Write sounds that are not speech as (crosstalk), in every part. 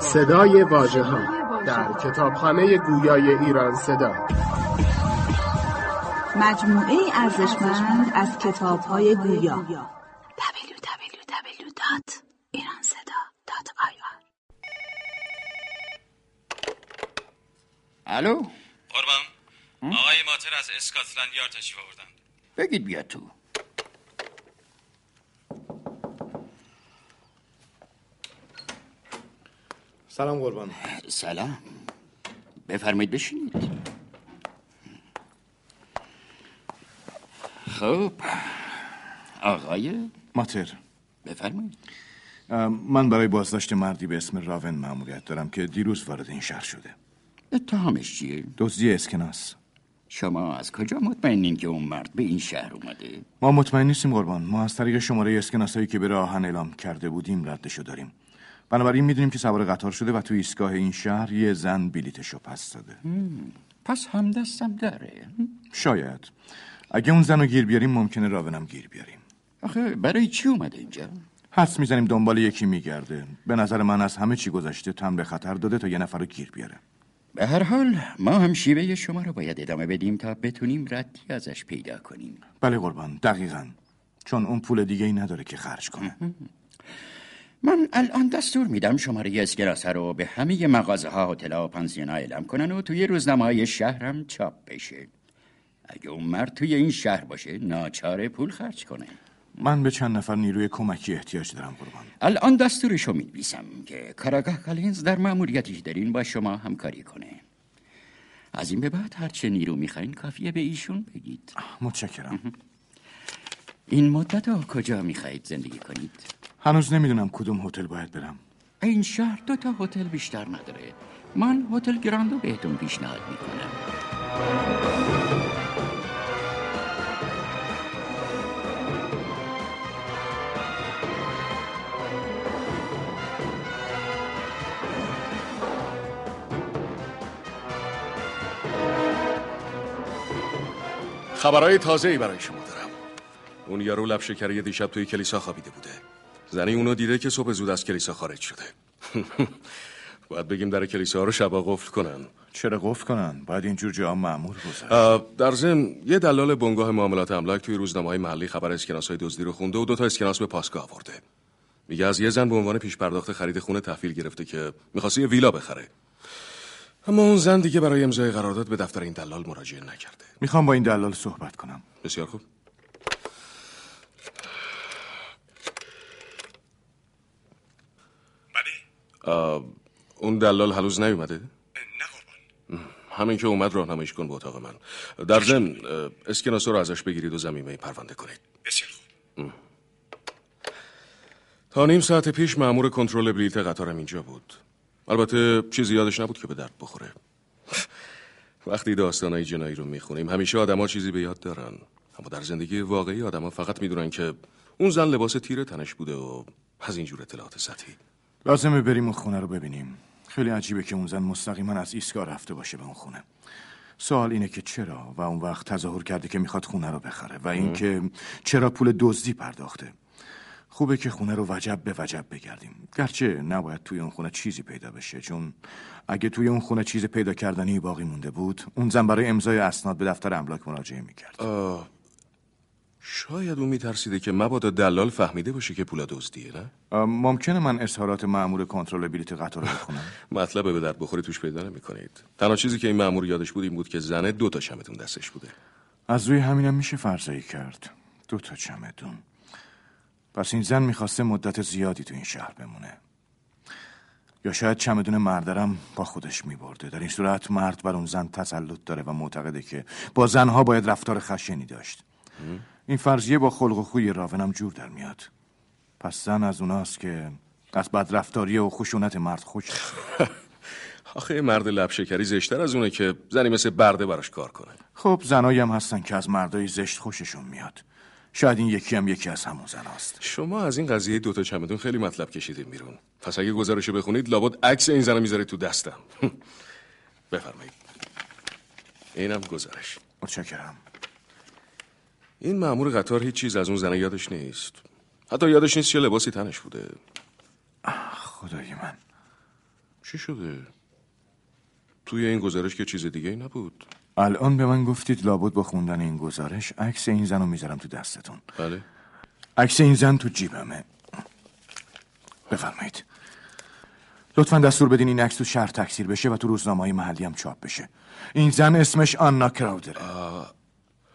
صدای واژه ها در کتابخانه گویای ایران صدا مجموعه ارزشمند از کتاب های گویا www.iranseda.ir الو قربان آقای ماتر از اسکاتلند یارد تشریف آوردن بگید بیا تو سلام قربان سلام بفرمایید بشینید خب آقای ماتر بفرمایید ام، من برای بازداشت مردی به اسم راون مأموریت دارم که دیروز وارد این شهر شده اتهامش چیه دزدی اسکناس شما از کجا مطمئنین که اون مرد به این شهر اومده ما مطمئن نیستیم قربان ما از طریق شماره اسکناس هایی که به راهن اعلام کرده بودیم ردشو داریم بنابراین میدونیم که سوار قطار شده و تو ایستگاه این شهر یه زن بلیتشو پس داده پس همدستم داره شاید اگه اون زن رو گیر بیاریم ممکنه راونم گیر بیاریم آخه برای چی اومده اینجا حدس میزنیم دنبال یکی میگرده به نظر من از همه چی گذشته تن به خطر داده تا یه نفر رو گیر بیاره به هر حال ما هم شیوه شما رو باید ادامه بدیم تا بتونیم ردی ازش پیدا کنیم بله قربان دقیقا چون اون پول دیگه ای نداره که خرج کنه من الان دستور میدم شماره اسکراسه رو به همه مغازه ها هتل و پانسیون اعلام کنن و توی روزنامه های شهرم چاپ بشه اگه اون مرد توی این شهر باشه ناچاره پول خرج کنه من به چند نفر نیروی کمکی احتیاج دارم قربان الان دستورشو میبیسم که کاراگاه کالینز در مأموریتش دارین با شما همکاری کنه از این به بعد هرچه نیرو میخواین کافیه به ایشون بگید متشکرم این مدت رو کجا میخواهید زندگی کنید؟ هنوز نمیدونم کدوم هتل باید برم این شهر دو تا هتل بیشتر نداره من هتل گراندو بهتون پیشنهاد میکنم خبرهای تازه ای برای شما دارم اون یارو لب شکری دیشب توی کلیسا خوابیده بوده زنی اونو دیده که صبح زود از کلیسا خارج شده (laughs) باید بگیم در کلیسا رو شبا قفل کنن چرا قفل کنن باید اینجور جا معمور گذاشت آه، در ضمن یه دلال بنگاه معاملات املاک توی روزنامه های محلی خبر اسکناس های دزدی رو خونده و دوتا اسکناس به پاسگاه آورده میگه از یه زن به عنوان پیش پرداخت خرید خونه تحویل گرفته که میخواسته یه ویلا بخره اما اون زن دیگه برای امضای قرارداد به دفتر این دلال مراجعه نکرده میخوام با این دلال صحبت کنم بسیار خوب بله آه، Uh, اون دلال هنوز نیومده نه قربان همین که اومد راهنماییش کن به اتاق من در ضمن اه، اسکناس رو ازش بگیرید و زمینه پرونده کنید بسیار خوب تا نیم ساعت پیش مأمور کنترل بلیت قطارم اینجا بود البته چیزی یادش نبود که به درد بخوره وقتی داستانای جنایی رو میخونیم همیشه آدما چیزی به یاد دارن اما در زندگی واقعی آدما فقط میدونن که اون زن لباس تیره تنش بوده و از اینجور اطلاعات سطحی لازمه بریم اون خونه رو ببینیم خیلی عجیبه که اون زن مستقیما از ایستگاه رفته باشه به اون خونه سوال اینه که چرا و اون وقت تظاهر کرده که میخواد خونه رو بخره و اینکه چرا پول دزدی پرداخته خوبه که خونه رو وجب به وجب بگردیم گرچه نباید توی اون خونه چیزی پیدا بشه چون اگه توی اون خونه چیز پیدا کردنی باقی مونده بود اون زن برای امضای اسناد به دفتر املاک مراجعه میکرد شاید اون میترسیده که مبادا دلال فهمیده باشه که پولا دزدیه نه ممکنه من اظهارات مأمور کنترل بلیت قطار رو بخونم مطلب به درد بخوری توش پیدا نمیکنید تنها چیزی که این مأمور یادش بود این بود که زنه دو تا چمدون دستش بوده از روی همینم میشه فرضایی کرد دو تا چمدون پس این زن میخواسته مدت زیادی تو این شهر بمونه یا شاید چمدون مردرم با خودش میبرده در این صورت مرد بر اون زن تسلط داره و معتقده که با زنها باید رفتار خشنی داشت این فرضیه با خلق و خوی راونم جور در میاد پس زن از اوناست که از بدرفتاری و خشونت مرد خوش آخه یه مرد لب شکری زشتر از اونه که زنی مثل برده براش کار کنه خب زنایی هم هستن که از مردای زشت خوششون میاد شاید این یکی هم یکی از همون زناست شما از این قضیه دوتا چمدون خیلی مطلب کشیدین بیرون پس اگه گزارشو بخونید لابد عکس این زنم میذارید تو دستم (laughs) بفرمایید اینم گزارش متشکرم این مأمور قطار هیچ چیز از اون زنه یادش نیست حتی یادش نیست چه لباسی تنش بوده خدای من چی شده توی این گزارش که چیز دیگه ای نبود الان به من گفتید لابد با خوندن این گزارش عکس این زن رو میذارم تو دستتون بله عکس این زن تو جیبمه بفرمایید لطفا دستور بدین این عکس تو شهر تکثیر بشه و تو روزنامه محلی هم چاپ بشه این زن اسمش آنا کراودره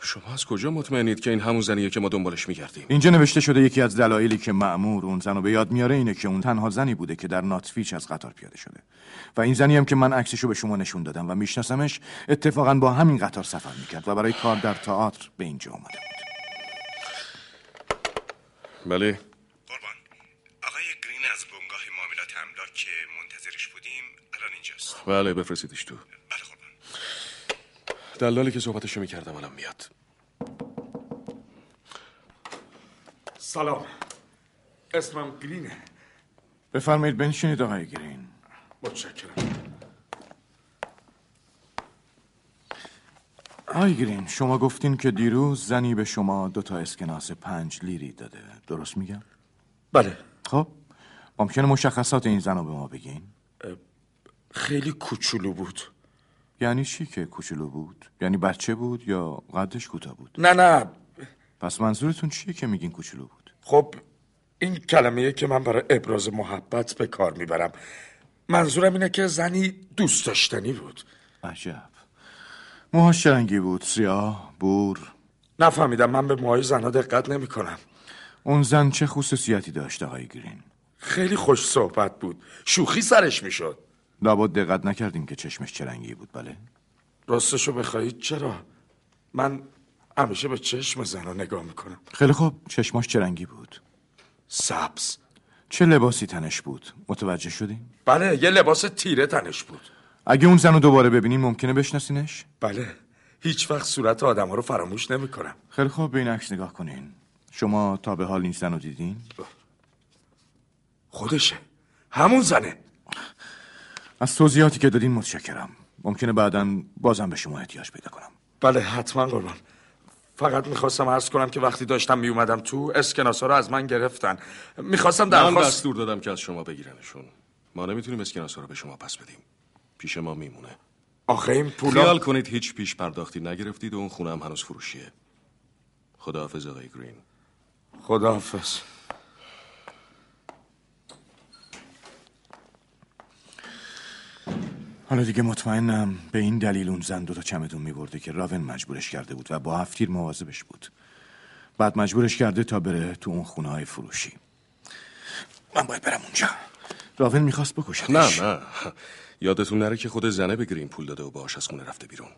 شما از کجا مطمئنید که این همون زنیه که ما دنبالش میگردیم اینجا نوشته شده یکی از دلایلی که معمور اون زن رو به یاد میاره اینه که اون تنها زنی بوده که در ناتفیچ از قطار پیاده شده و این زنی هم که من عکسشو به شما نشون دادم و میشناسمش اتفاقا با همین قطار سفر میکرد و برای کار در تئاتر به اینجا اومده بود بله قربان آقای گرین از بنگاه معاملات املاک که منتظرش بودیم الان اینجاست بله بفرستیدش تو بله قربان دلالی که صحبتشو میکردم الان میاد سلام اسمم گرینه بفرمایید بنشینید آقای گرین متشکرم آقای گرین شما گفتین که دیروز زنی به شما دو تا اسکناس پنج لیری داده درست میگم بله خب ممکنه مشخصات این زن رو به ما بگین خیلی کوچولو بود یعنی چی که کوچولو بود یعنی بچه بود یا قدش کوتاه بود نه نه پس منظورتون چیه که میگین کوچولو بود خب این کلمه که من برای ابراز محبت به کار میبرم منظورم اینه که زنی دوست داشتنی بود عجب موهاش شرنگی بود سیاه بور نفهمیدم من به موهای زنها دقت نمی کنم اون زن چه خصوصیتی داشت آقای گرین خیلی خوش صحبت بود شوخی سرش میشد لابد دقت نکردیم که چشمش چه رنگی بود بله راستشو بخواهید چرا من همیشه به چشم زنها نگاه میکنم خیلی خوب چشماش چه رنگی بود سبز چه لباسی تنش بود متوجه شدیم بله یه لباس تیره تنش بود اگه اون زن رو دوباره ببینیم ممکنه بشناسینش بله هیچ وقت صورت آدم رو فراموش نمیکنم خیلی خوب به این عکس نگاه کنین شما تا به حال این زن رو دیدین خودشه همون زنه از توضیحاتی که دادین متشکرم ممکنه بعدا بازم به شما احتیاج پیدا کنم بله حتما قربان فقط میخواستم عرض کنم که وقتی داشتم میومدم تو اسکناس ها رو از من گرفتن میخواستم من درخواست دستور دادم که از شما بگیرنشون ما نمیتونیم اسکناس رو به شما پس بدیم پیش ما میمونه آخه این خیال پولا کنید هیچ پیش پرداختی نگرفتید و اون خونه هم هنوز فروشیه خداحافظ آقای گرین خداحافظ حالا دیگه مطمئنم به این دلیل اون زن دوتا چمدون میبرده که راون مجبورش کرده بود و با هفتیر مواظبش بود بعد مجبورش کرده تا بره تو اون خونه های فروشی من باید برم اونجا راون میخواست بکشتش نه نه یادتون نره که خود زنه به گرین پول داده و باهاش از خونه رفته بیرون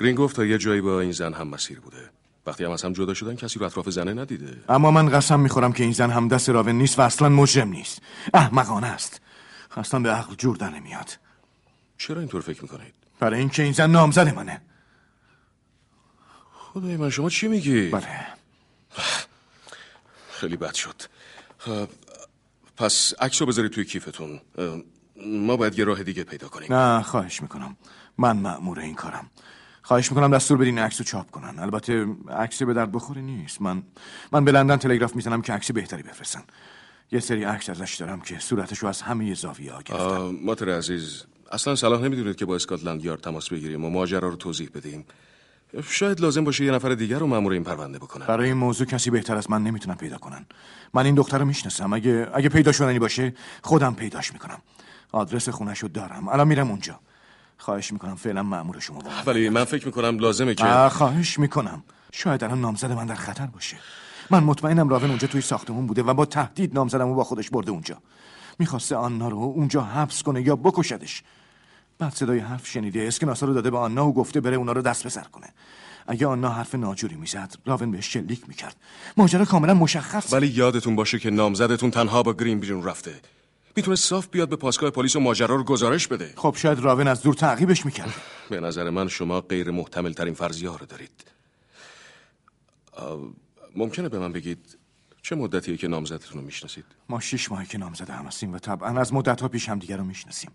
گرین گفت تا یه جایی با این زن هم مسیر بوده وقتی هم از هم جدا شدن کسی رو اطراف زنه ندیده اما من قسم میخورم که این زن هم دست راون نیست و اصلا مجرم نیست احمقانه است اصلا به عقل جور در نمیاد چرا اینطور فکر میکنید برای اینکه این زن نامزد منه خدای من شما چی میگی بله خیلی بد شد خب، پس عکس رو بذارید توی کیفتون اه، ما باید یه راه دیگه پیدا کنیم نه خواهش میکنم من مأمور این کارم خواهش میکنم دستور بدین عکس رو چاپ کنن البته عکسی به درد بخوری نیست من من به لندن تلگراف میزنم که عکس بهتری بفرستن یه سری عکس ازش دارم که صورتش رو از همه زاویه ها گرفتم آه، ماتر عزیز اصلا صلاح نمیدونید که با اسکاتلند یارد تماس بگیریم و ماجرا رو توضیح بدیم شاید لازم باشه یه نفر دیگر رو مأمور این پرونده بکنن برای این موضوع کسی بهتر از من نمیتونم پیدا کنن من این دختر رو میشناسم اگه اگه پیدا شدنی باشه خودم پیداش میکنم آدرس خونش رو دارم الان میرم اونجا خواهش میکنم فعلا مأمور شما باشم. ولی من فکر میکنم لازمه که آه، خواهش میکنم شاید الان نامزد من در خطر باشه من مطمئنم راون اونجا توی ساختمون بوده و با تهدید نامزدمو با خودش برده اونجا میخواسته آنا رو اونجا حبس کنه یا بکشدش بعد صدای حرف شنیده اسکناسا رو داده به آنا و گفته بره اونا رو دست بسر کنه اگه آنا حرف ناجوری میزد راون بهش شلیک میکرد ماجرا کاملا مشخص ولی یادتون باشه که نامزدتون تنها با گرین بیرون رفته میتونه صاف بیاد به پاسگاه پلیس و ماجرا رو گزارش بده خب شاید راون از دور تعقیبش میکرد به نظر من شما غیر محتمل ترین فرضیه ها رو دارید آه، ممکنه به من بگید چه مدتیه که نامزدتون رو میشناسید ما شش ماهی که نامزد هم هستیم و طبعا از مدتها پیش هم دیگر رو میشناسیم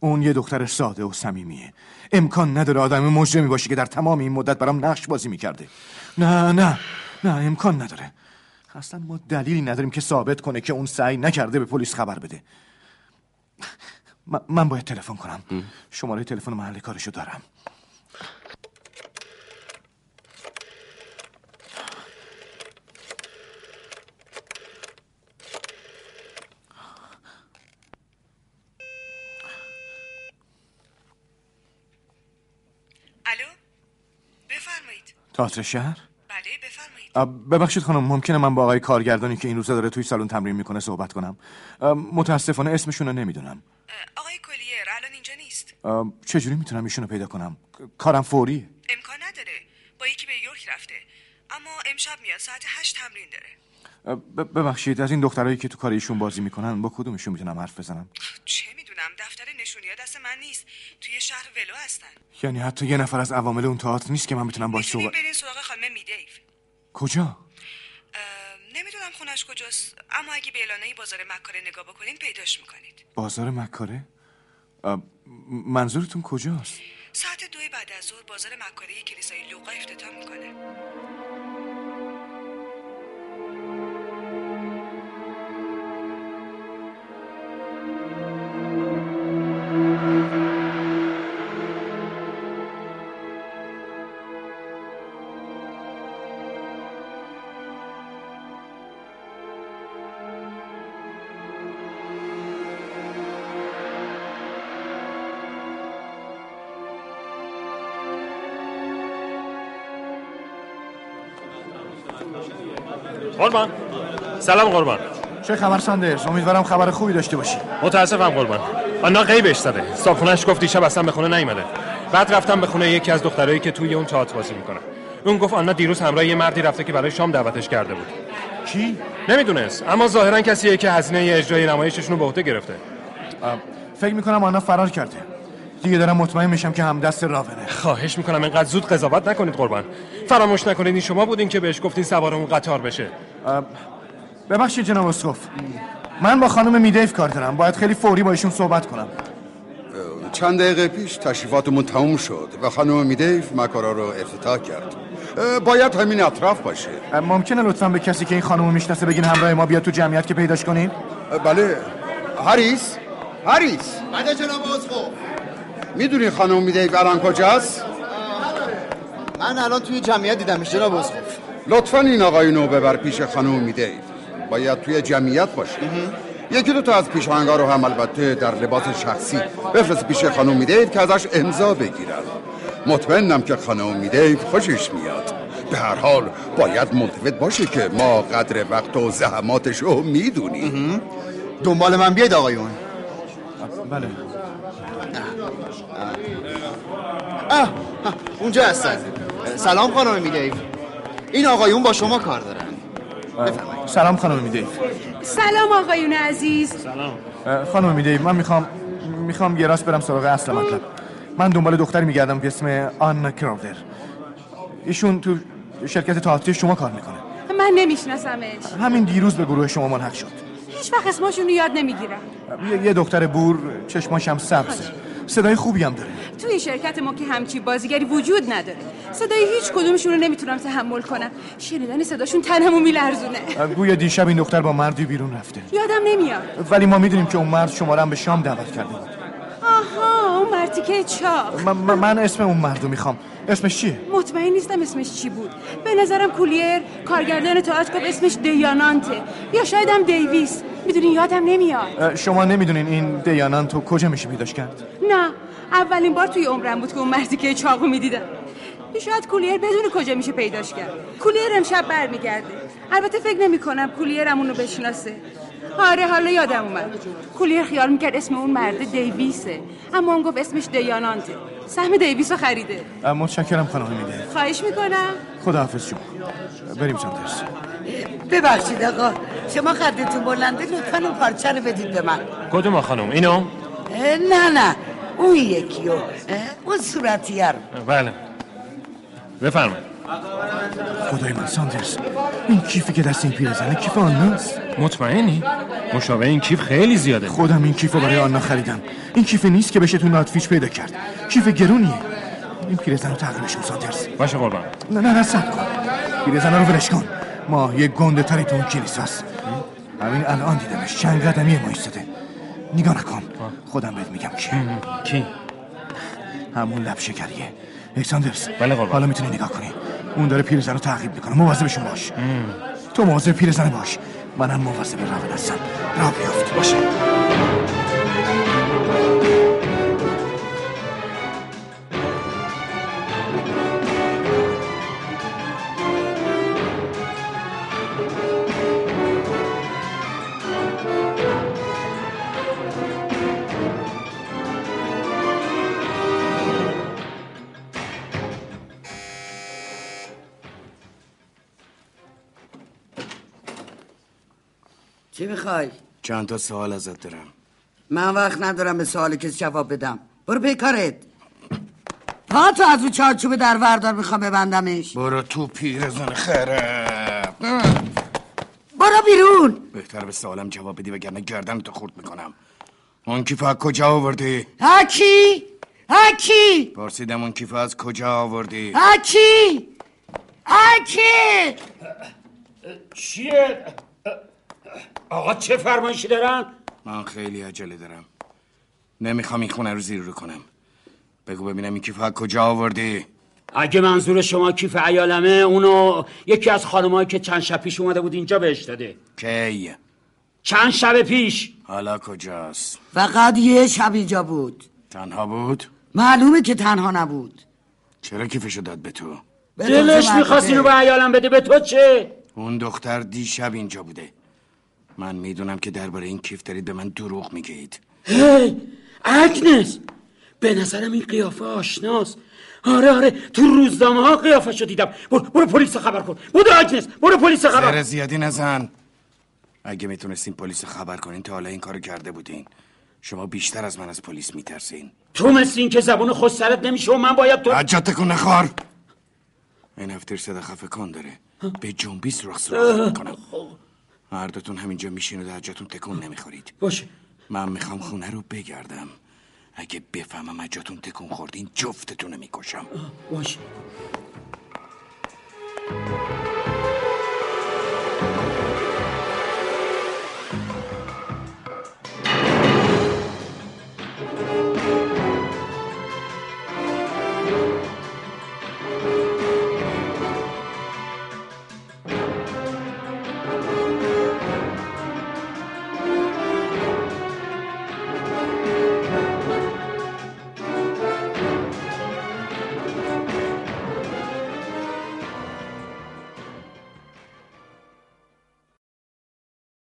اون یه دختر ساده و صمیمیه امکان نداره آدم مجرمی باشه که در تمام این مدت برام نقش بازی میکرده نه نه نه امکان نداره اصلا ما دلیلی نداریم که ثابت کنه که اون سعی نکرده به پلیس خبر بده م- من باید تلفن کنم شماره تلفن محل کارشو دارم الو بفرمایید تئاتر شهر بله بفرمایید آ، ببخشید خانم ممکنه من با آقای کارگردانی که این روزا داره توی سالن تمرین میکنه صحبت کنم آ، متاسفانه اسمشون رو نمیدونم اه، آقای کلیر الان اینجا نیست آ، چجوری میتونم ایشونو پیدا کنم ک- کارم فوریه امکان نداره با یکی به یورک رفته اما امشب میاد ساعت هشت تمرین داره آ، ب- ببخشید از این دخترایی که تو کار ایشون بازی میکنن با کدومشون میتونم حرف بزنم چه میدونم دفتر نشونی دست من نیست توی شهر ولو هستن یعنی حتی یه نفر از عوامل اون تئاتر نیست که من میتونم باش میتونیم صحبت برین سراغ خانم میدیف کجا اه، نمیدونم خونش کجاست اما اگه به اعلانه بازار مکاره نگاه بکنین پیداش میکنید بازار مکاره آ، م- منظورتون کجاست ساعت دو بعد از ظهر بازار مکاره کلیسای لوقا افتتاح میکنه قربان سلام قربان چه خبر ساندرز امیدوارم خبر خوبی داشته باشی متاسفم قربان آنا غیبش زده صابخونهش گفت دیشب اصلا به خونه نیومده بعد رفتم به خونه یکی از دخترایی که توی اون تئاتر بازی میکنه اون گفت آنا دیروز همراه یه مردی رفته که برای شام دعوتش کرده بود کی نمیدونست اما ظاهرا کسیه که هزینه اجرای نمایششون رو به عهده گرفته آ، فکر میکنم آنا فرار کرده دیگه دارم مطمئن میشم که همدست راونه خواهش میکنم اینقدر زود قضاوت نکنید قربان فراموش نکنید این شما بودین که بهش گفتین سوار اون قطار بشه ببخشید جناب اسقف من با خانم میدیف کار دارم باید خیلی فوری با ایشون صحبت کنم چند دقیقه پیش تشریفاتمون تموم شد و خانم میدیف مکارا رو افتتاح کرد اه، باید همین اطراف باشه آ، ممکنه لطفا به کسی که این خانم رو میشناسه بگین همراه ما بیاد تو جمعیت که پیداش کنیم اه، بله هریس هریس بله جناب عضو میدونی خانم میدیف الان کجاست من الان توی جمعیت دیدمش جناب عضو لطفا این آقایونو ببر پیش خانم میدیف باید توی جمعیت باشه یکی دو تا از پیشاهنگا رو هم البته در لباس شخصی بفرست پیش خانم میدیف که ازش امضا بگیرن مطمئنم که خانم میدیف خوشش میاد به هر حال باید ملتفت باشه که ما قدر وقت و زحماتش رو میدونیم دنبال من بیاید آقایون بله آه آه، اونجا هستن سلام خانم میدیف این آقایون با شما کار دارن آ، سلام خانم میدیف سلام آقایون عزیز سلام خانم میده من میخوام میخوام یه راست برم سراغ اصل مطلب من دنبال دختری میگردم به اسم آنا کراولر ایشون تو شرکت تئاتری شما کار میکنه من نمیشناسمش همین دیروز به گروه شما ملحق شد هیچ وقت اسمشون رو یاد نمیگیرم یه, یه دختر بور چشماش هم سبزه صدای خوبی هم داره توی شرکت ما که همچی بازیگری وجود نداره صدای هیچ کدومشون رو نمیتونم تحمل کنم شنیدن صداشون تنمو میلرزونه گویا دیشب این دختر با مردی بیرون رفته یادم نمیاد ولی ما میدونیم که اون مرد شما رو هم به شام دعوت کرده بود آها اون مرتیکه چاق من, من, من اسم اون مرد رو میخوام اسمش چیه مطمئن نیستم اسمش چی بود به نظرم کولیر کارگردان تئاتر گفت اسمش دیانانته یا شاید هم دیویس میدونی یادم نمیاد اه، شما نمیدونین این دیانان تو کجا میشه پیداش کرد نه اولین بار توی عمرم بود که اون مردی که چاقو میدیدم شاید کولیر بدون کجا میشه پیداش کرد کولیر امشب برمیگرده البته فکر نمی کنم کولیر اونو بشناسه آره حالا یادم اومد کولیر خیال میکرد اسم اون مرده دیویسه اما اون گفت اسمش دیانانته سهم دیویس رو خریده اه، متشکرم خانم میده خواهش میکنم خداحافظ شما بریم ساندرز ببخشید آقا شما قدتون بلنده لطفا اون پارچه رو بدید به من کدوم خانم اینو اه، نه نه اون یکیو اه، اون صورتیه رو بله بفرمایید خدای من ساندرز این کیفی که دست این پیرزنه کیف آناست مطمئنی یعنی؟ مشابه این کیف خیلی زیاده خودم این کیف رو برای آنا خریدم این کیف نیست که بشه تو ناتفیش پیدا کرد کیف گرونیه این پیرزن رو تغییرش کن ساندرز باشه قربان نه نه نه سب کن پیرزن رو ولش کن ماهی گنده تری تو اون کلیساست همین الان دیدمش چند قدمی ما ایستاده نگاه نکن خودم بهت میگم کی کی همون لب شکریه اکساندرز بله قربان. حالا میتونی نگاه کنی اون داره پیرزن رو تعقیب میکنه مواظبشون باش تو مواظب پیرزن باش منم مواظب راون هستم را بیافت باشه چی میخوای؟ چند تا سوال ازت دارم من وقت ندارم به سوال کسی جواب بدم برو پی کارت پا تو از اون چارچوب در وردار میخوام ببندمش برو تو پیرزن خرم برو بیرون بهتر به سوالم جواب بدی وگرنه گردن تو خورد میکنم اون کیف از کجا آوردی؟ هکی هکی پرسیدم اون کیف از کجا آوردی؟ هکی هکی چیه؟ آقا چه فرمایشی دارن؟ من خیلی عجله دارم نمیخوام این خونه رو زیر رو کنم بگو ببینم این کیف از کجا آوردی؟ اگه منظور شما کیف ایالمه اونو یکی از خانمایی که چند شب پیش اومده بود اینجا بهش داده کی؟ چند شب پیش حالا کجاست؟ فقط یه شب اینجا بود تنها بود؟ معلومه که تنها نبود چرا کیفشو داد به تو؟ به تو دلش چه میخواست اینو مربوطه؟ به ایالم بده به تو چه؟ اون دختر دیشب اینجا بوده من میدونم که درباره این کیف دارید به من دروغ میگید هی اگنس به نظرم این قیافه آشناست آره آره تو روزنامه ها قیافه شو دیدم برو, برو پلیس رو خبر کن برو اگنس برو پلیس رو سر خبر زیادی نزن اگه میتونستین پلیس رو خبر کنین تا حالا این کارو کرده بودین شما بیشتر از من از پلیس میترسین تو مثل این که زبون خود سرت نمیشه و من باید تو حجت کن نخوار این هفته صدا خفه کن داره به جنبیس رخ سراغ میکنم هر دوتون همینجا میشین و در جاتون تکون نمیخورید باشه من میخوام خونه رو بگردم اگه بفهمم از جاتون تکون خوردین جفتتون میکشم باشه